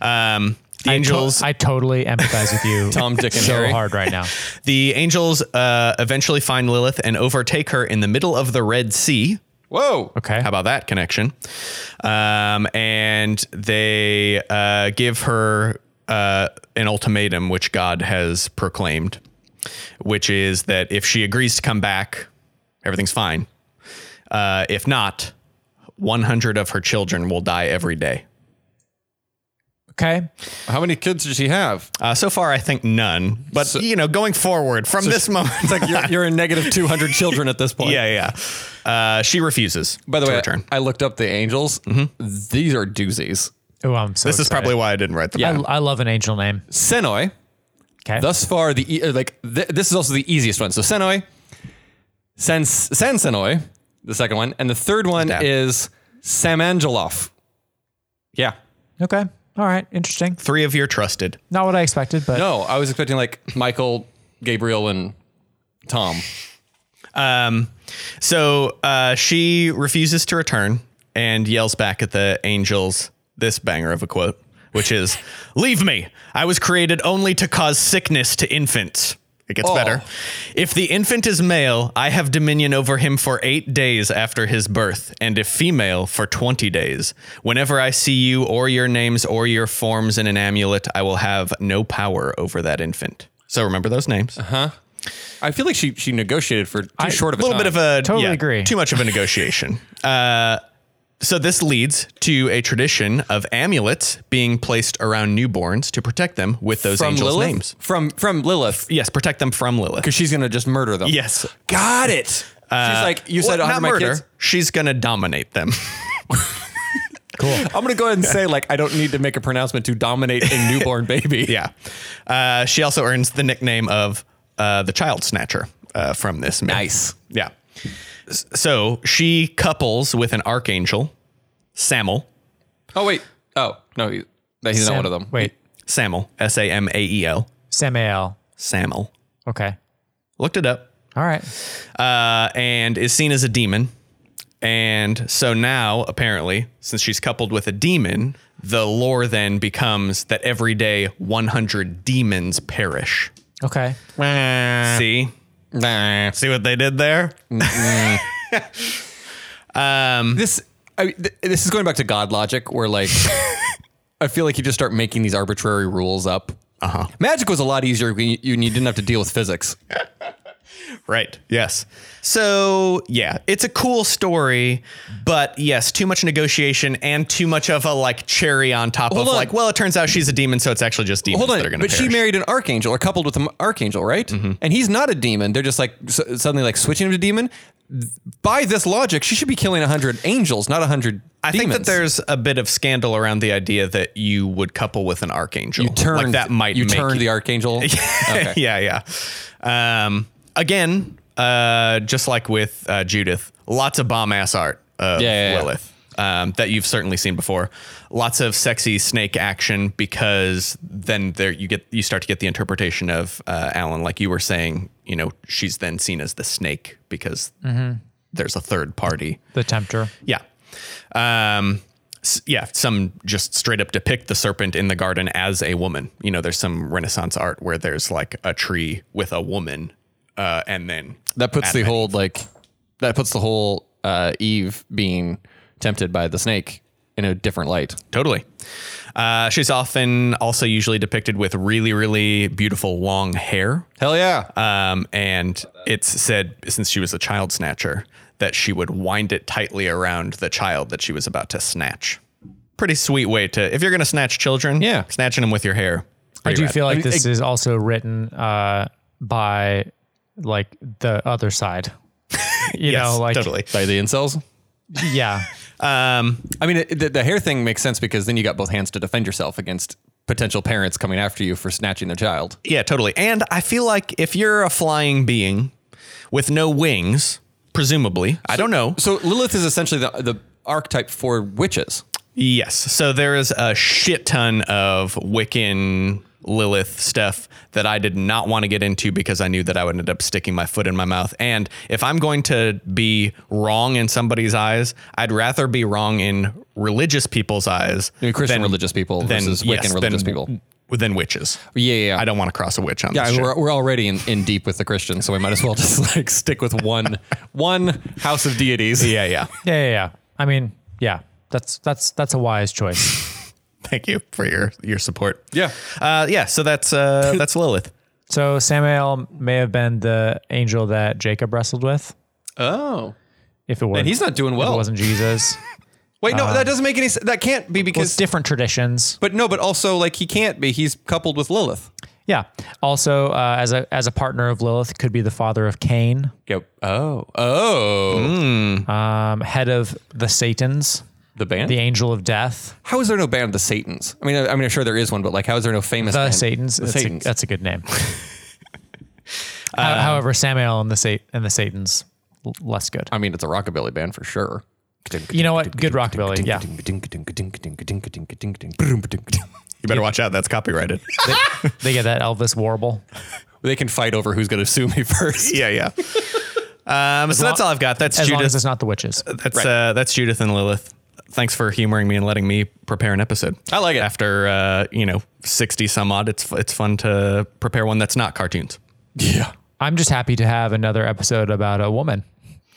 Speaker 1: that. Um, the
Speaker 2: I to-
Speaker 1: angels.
Speaker 2: I totally empathize with you,
Speaker 3: Tom, Dick, and
Speaker 2: so
Speaker 3: Harry.
Speaker 2: hard right now.
Speaker 1: The angels uh, eventually find Lilith and overtake her in the middle of the Red Sea.
Speaker 3: Whoa.
Speaker 2: Okay.
Speaker 1: How about that connection? Um, and they uh, give her uh, an ultimatum, which God has proclaimed, which is that if she agrees to come back, everything's fine. Uh, if not, 100 of her children will die every day.
Speaker 2: Okay.
Speaker 3: How many kids does she have?
Speaker 1: Uh, so far, I think none. But you know, going forward from this moment,
Speaker 3: It's like you're, you're in negative 200 children at this point.
Speaker 1: yeah, yeah. Uh, she refuses.
Speaker 3: By the
Speaker 1: to
Speaker 3: way,
Speaker 1: return.
Speaker 3: I looked up the angels. These are doozies.
Speaker 2: Oh, I'm so.
Speaker 1: This is probably why I didn't write them.
Speaker 2: I,
Speaker 1: down.
Speaker 2: I love an angel name.
Speaker 3: Senoi.
Speaker 2: Okay.
Speaker 3: Thus far, the e- uh, like th- this is also the easiest one. So Senoi, San San Senoi, the second one, and the third one
Speaker 1: Dab.
Speaker 3: is Samangeloff. Yeah.
Speaker 2: okay. All right. Interesting.
Speaker 1: Three of you are trusted.
Speaker 2: Not what I expected, but
Speaker 3: No, I was expecting like Michael, Gabriel, and Tom.
Speaker 1: Um, so uh, she refuses to return and yells back at the angels this banger of a quote, which is, Leave me! I was created only to cause sickness to infants. It gets
Speaker 3: Oh.
Speaker 1: better. If the infant is male, I have dominion over him for eight days after his birth, and if female, for 20 days. Whenever I see you or your names or your forms in an amulet, I will have no power over that infant. So remember those names.
Speaker 3: I feel like she she negotiated for too short of a
Speaker 1: little
Speaker 3: time.
Speaker 1: bit of a
Speaker 2: Totally agree.
Speaker 1: Too much of a negotiation. uh, so this leads to a tradition of amulets being placed around newborns to protect them with those
Speaker 3: from
Speaker 1: angels'
Speaker 3: Lilith
Speaker 1: names.
Speaker 3: from from Lilith
Speaker 1: Yes, protect them from Lilith.
Speaker 3: because she's gonna just murder them.
Speaker 1: Yes,
Speaker 3: got it. she's like you said,
Speaker 1: Well,
Speaker 3: "Honor
Speaker 1: not
Speaker 3: my
Speaker 1: murder.
Speaker 3: kids."
Speaker 1: She's gonna dominate them.
Speaker 2: cool.
Speaker 3: I'm gonna go ahead and say like I don't need to make a pronouncement to dominate a newborn baby.
Speaker 1: yeah. Uh, she also earns the nickname of uh, the child snatcher uh, from this. myth.
Speaker 3: Nice.
Speaker 1: Yeah. S- So she couples with an archangel, Samel.
Speaker 3: Oh wait. Oh no, he, no, he's
Speaker 2: Sam-
Speaker 3: not one of them.
Speaker 2: Wait,
Speaker 1: Samel. S a m a e l.
Speaker 2: Samael.
Speaker 1: Samel.
Speaker 2: Okay.
Speaker 1: Looked it up.
Speaker 2: All right.
Speaker 1: uh, and is seen as a demon. And so now, apparently, since she's coupled with a demon, the lore then becomes that every day 100 demons perish.
Speaker 2: Okay.
Speaker 3: Ah.
Speaker 1: See?
Speaker 3: Nah.
Speaker 1: See what they did there?
Speaker 3: This I, mean, th- this is going back to God logic, where like I feel like you just start making these arbitrary rules up. Uh
Speaker 1: Uh-huh.
Speaker 3: huh. Magic was a lot easier when you, you didn't have to deal with physics.
Speaker 1: Right. Yes. So, yeah, it's a cool story, but yes, too much negotiation and too much of a like cherry on top of
Speaker 3: Hold on.
Speaker 1: like, well, it turns out she's a demon, so it's actually just demons
Speaker 3: Hold on,
Speaker 1: that are
Speaker 3: but
Speaker 1: going to perish. Mm-hmm.
Speaker 3: she married an archangel or coupled with an archangel, right? And he's not a demon. They're just like s suddenly like switching him to demon. Th- By this logic, she should be killing hundred angels, not hundred.
Speaker 1: I think that there's a bit of scandal around the idea that you would couple with an archangel.
Speaker 3: you turned
Speaker 1: like that might
Speaker 3: you
Speaker 1: make
Speaker 3: turned the archangel. Okay.
Speaker 1: yeah, yeah. Um, again, uh, just like with uh, Judith, lots of bomb ass art. of
Speaker 3: Yeah, yeah, yeah.
Speaker 1: Lilith um, that you've certainly seen before. Lots of sexy snake action because then there you get you start to get the interpretation of uh, Alan, like you were saying. You know, she's then seen as the snake because
Speaker 3: Mm-hmm.
Speaker 1: there's a third party.
Speaker 2: the tempter.
Speaker 1: Yeah. Um, s- yeah, some just straight up depict the serpent in the garden as a woman. You know, there's some Renaissance art where there's like a tree with a woman, uh, and then
Speaker 3: That puts the
Speaker 1: Adam and
Speaker 3: whole like that puts the whole uh, Eve being tempted by the snake in a different light.
Speaker 1: Totally. Uh, she's often also usually depicted with really, really beautiful long hair.
Speaker 3: Hell yeah.
Speaker 1: Um, and it's said, since she was a child snatcher, that she would wind it tightly around the child that she was about to snatch. Pretty sweet way to, if you're going to snatch children,
Speaker 3: Yeah.
Speaker 1: snatching them with your hair.
Speaker 2: I do
Speaker 1: rad.
Speaker 2: feel like
Speaker 3: mean,
Speaker 2: this is also written uh, by like the other side. You
Speaker 1: Yes,
Speaker 2: know, like
Speaker 1: totally.
Speaker 3: by the incels.
Speaker 2: yeah,
Speaker 1: Um,
Speaker 3: I mean, it, the, the hair thing makes sense because then you got both hands to defend yourself against potential parents coming after you for snatching their child.
Speaker 1: yeah, totally. And I feel like if you're a flying being with no wings, presumably, I don't know.
Speaker 3: So Lilith is essentially the, the archetype for witches.
Speaker 1: Yes. So there is a shit ton of Wiccan Lilith stuff that I did not want to get into because I knew that I would end up sticking my foot in my mouth. And if I'm going to be wrong in somebody's eyes, I'd rather be wrong in religious people's eyes
Speaker 3: I mean, Christian
Speaker 1: than-
Speaker 3: religious people
Speaker 1: than-
Speaker 3: versus
Speaker 1: yes,
Speaker 3: Wiccan religious
Speaker 1: than-
Speaker 3: people.
Speaker 1: Than witches.
Speaker 3: Yeah, yeah, yeah.
Speaker 1: I don't want to cross a witch on
Speaker 3: Yeah,
Speaker 1: this.
Speaker 3: I mean,
Speaker 1: shit.
Speaker 3: we're, we're already in, in deep with the Christians, so we might as well just like stick with one one house of deities.
Speaker 1: Yeah, yeah.
Speaker 2: yeah, yeah, yeah. I mean, yeah, that's that's that's a wise choice.
Speaker 1: Thank you for your your support.
Speaker 3: Yeah.
Speaker 1: Uh, yeah. So that's uh, that's Lilith.
Speaker 2: So Samuel may have been the angel that Jacob wrestled with,
Speaker 3: Oh,
Speaker 2: if it were.
Speaker 3: and he's not doing
Speaker 2: If it
Speaker 3: well.
Speaker 2: wasn't Jesus.
Speaker 3: Wait, no, that doesn't make any. sense. That can't be
Speaker 2: It's
Speaker 3: because.
Speaker 2: different traditions.
Speaker 3: but no, but also like he can't be. He's coupled with Lilith.
Speaker 2: Yeah. Also, uh, as a as a partner of Lilith, could be the father of Cain,
Speaker 3: Yep. Oh. Oh.
Speaker 2: um, head of the Satans,
Speaker 3: The band.
Speaker 2: the angel of death.
Speaker 3: How is there no band of the Satans? I mean, I, I mean, I'm sure there is one, but like, how is there no famous
Speaker 2: The
Speaker 3: band?
Speaker 2: Uh, Satans.
Speaker 3: The
Speaker 2: that's,
Speaker 3: Satans. Um,
Speaker 2: A, that's a good name. How- However, Samuel and the Sat- and the Satans, l- less good.
Speaker 3: I mean, it's a rockabilly band for sure.
Speaker 2: You know what? Good rockabilly. Yeah.
Speaker 1: You better watch out. That's copyrighted.
Speaker 2: They get that Elvis warble.
Speaker 3: They can fight over who's going to sue me first.
Speaker 1: yeah, yeah. Um, so that's all I've got. That's
Speaker 2: As long
Speaker 1: Judith.
Speaker 2: as it's not the witches.
Speaker 1: That's uh, that's Judith and Lilith. Thanks for humoring me and letting me prepare an episode.
Speaker 3: I like it.
Speaker 1: After uh, you know sixty some odd, it's it's fun to prepare one that's not cartoons.
Speaker 3: Yeah.
Speaker 2: I'm just happy to have another episode about a woman,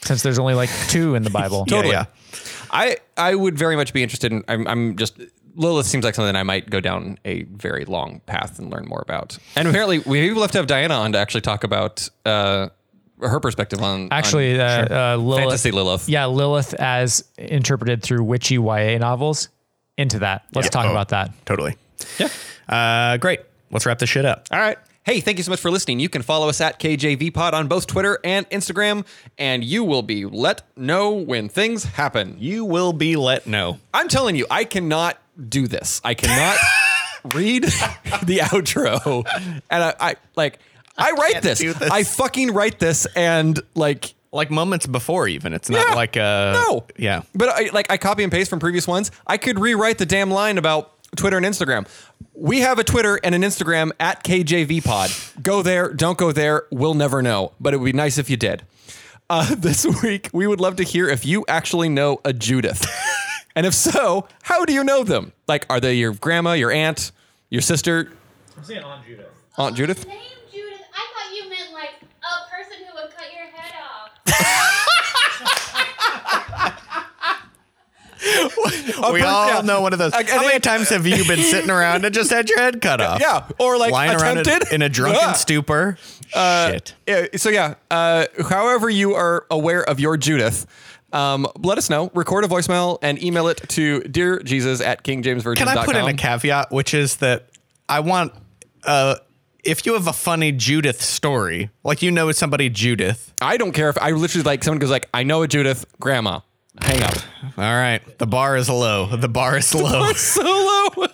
Speaker 2: since there's only like two in the Bible.
Speaker 1: Totally.
Speaker 3: Yeah, I I would very much be interested in. I'm, I'm just Lilith seems like something I might go down a very long path and learn more about. And apparently, we will have to have Diana on to actually talk about uh, her perspective on
Speaker 2: Actually,
Speaker 3: on,
Speaker 2: uh, uh, Lilith.
Speaker 3: fantasy Lilith.
Speaker 2: Yeah, Lilith as interpreted through witchy YA novels. Into that. Let's talk
Speaker 1: Oh.
Speaker 2: about that.
Speaker 1: Totally.
Speaker 3: Yeah.
Speaker 1: Uh, great. Let's wrap this shit up.
Speaker 3: All right. Hey, thank you so much for listening. You can follow us at KJV Pod on both Twitter and Instagram, and you will be let know when things happen.
Speaker 1: You will be let know.
Speaker 3: I'm telling you, I cannot do this. I cannot read the outro, and I, I like I write this.
Speaker 1: do this.
Speaker 3: I fucking write this, and like.
Speaker 1: Like moments before, even it's not
Speaker 3: Yeah.
Speaker 1: like uh
Speaker 3: No.
Speaker 1: yeah.
Speaker 3: But I, like I copy and paste from previous ones. I could rewrite the damn line about Twitter and Instagram. We have a Twitter and an Instagram at KJV Pod. Go there, don't go there. We'll never know, but it would be nice if you did. Uh, this week, we would love to hear if you actually know a Judith. and if so, how do you know them? Like, are they your grandma, your aunt, your sister, Aunt Judith?
Speaker 4: Name Judith. I thought you meant like a person who would cut your head off.
Speaker 1: We
Speaker 3: per-
Speaker 1: all
Speaker 3: yeah.
Speaker 1: know one of those.
Speaker 3: Like,
Speaker 1: How
Speaker 3: and
Speaker 1: many
Speaker 3: it-
Speaker 1: times have you been sitting around and just had your head cut off?
Speaker 3: Yeah, or like
Speaker 1: lying around
Speaker 3: attempted
Speaker 1: in- in a drunken
Speaker 3: Yeah.
Speaker 1: stupor. Shit.
Speaker 3: Yeah, so yeah, uh, however you are aware of your Judith, um, let us know. Record a voicemail and email it to dear Jesus at kingjamesvirgin.com.
Speaker 1: Can I put in a caveat, which is that I want, uh, if you have a funny Judith story, like you know somebody Judith,
Speaker 3: I don't care if I literally like someone goes like, I know a Judith, grandma. Hang up.
Speaker 1: all right, the bar is low. Uh-huh. The bar is low.
Speaker 3: Solo.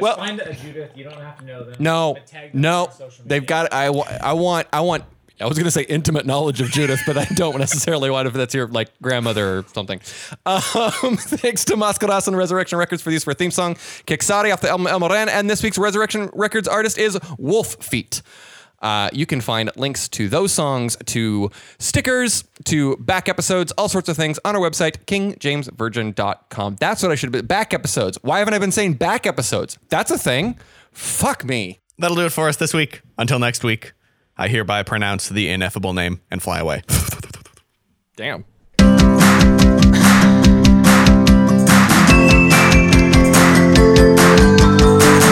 Speaker 3: well,
Speaker 2: Find a Judith. You don't have to know them.
Speaker 3: no,
Speaker 2: But tag them
Speaker 3: no,
Speaker 2: on social media.
Speaker 3: they've got. I, wa- I want. I want I was going to say intimate knowledge of Judith, but I don't necessarily want if that's your like grandmother or something. Um, thanks to Mascaras and Resurrection Records for these for theme song Kixari off the album El Moran, and this week's Resurrection Records artist is Wolf Feet. Uh, you can find links to those songs, to stickers, to back episodes, all sorts of things on our website, kingjamesvirgin.com. That's what I should be. Back episodes. Why haven't I been saying back episodes? That's a thing. Fuck me.
Speaker 1: That'll do it for us this week. Until next week, I hereby pronounce the ineffable name and fly away.
Speaker 3: Damn.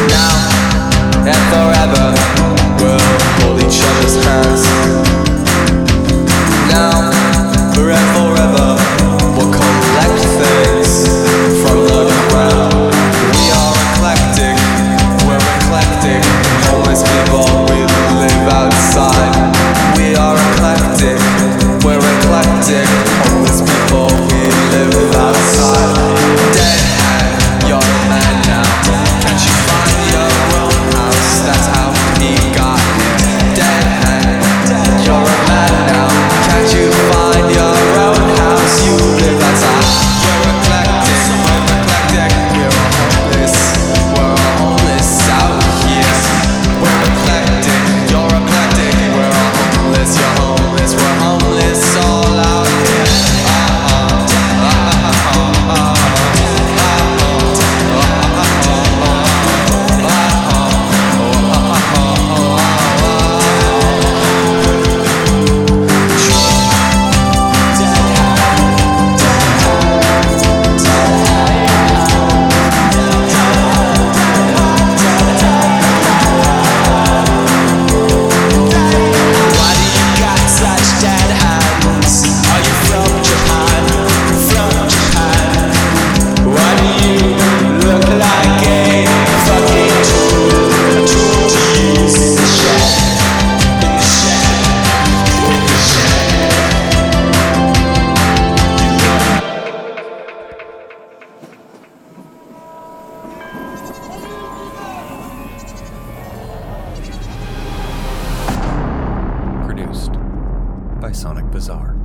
Speaker 5: and forever we'll hold each other's hands. Now, we're and forever we'll collect things from the ground. We are eclectic, we're eclectic, homeless people, we live outside. We are eclectic, we're eclectic, homeless people, we live outside. Dead man, you're a man now. Can't you find your own house? That's how he got here. Dead man, you're a man now. Can't you find your own house? You live outside. You're eclectic, we're eclectic, we're all homeless. We're all homeless out here. We're eclectic, you're eclectic, we're all homeless, you're homeless, we're homeless all out here. Why do you got such dead hands? Are you from Japan? From Japan? Why do you look like a fucking tool? A tool to use in the shed. In the shed. In the shed.
Speaker 3: Produced by Sonic Bazaar.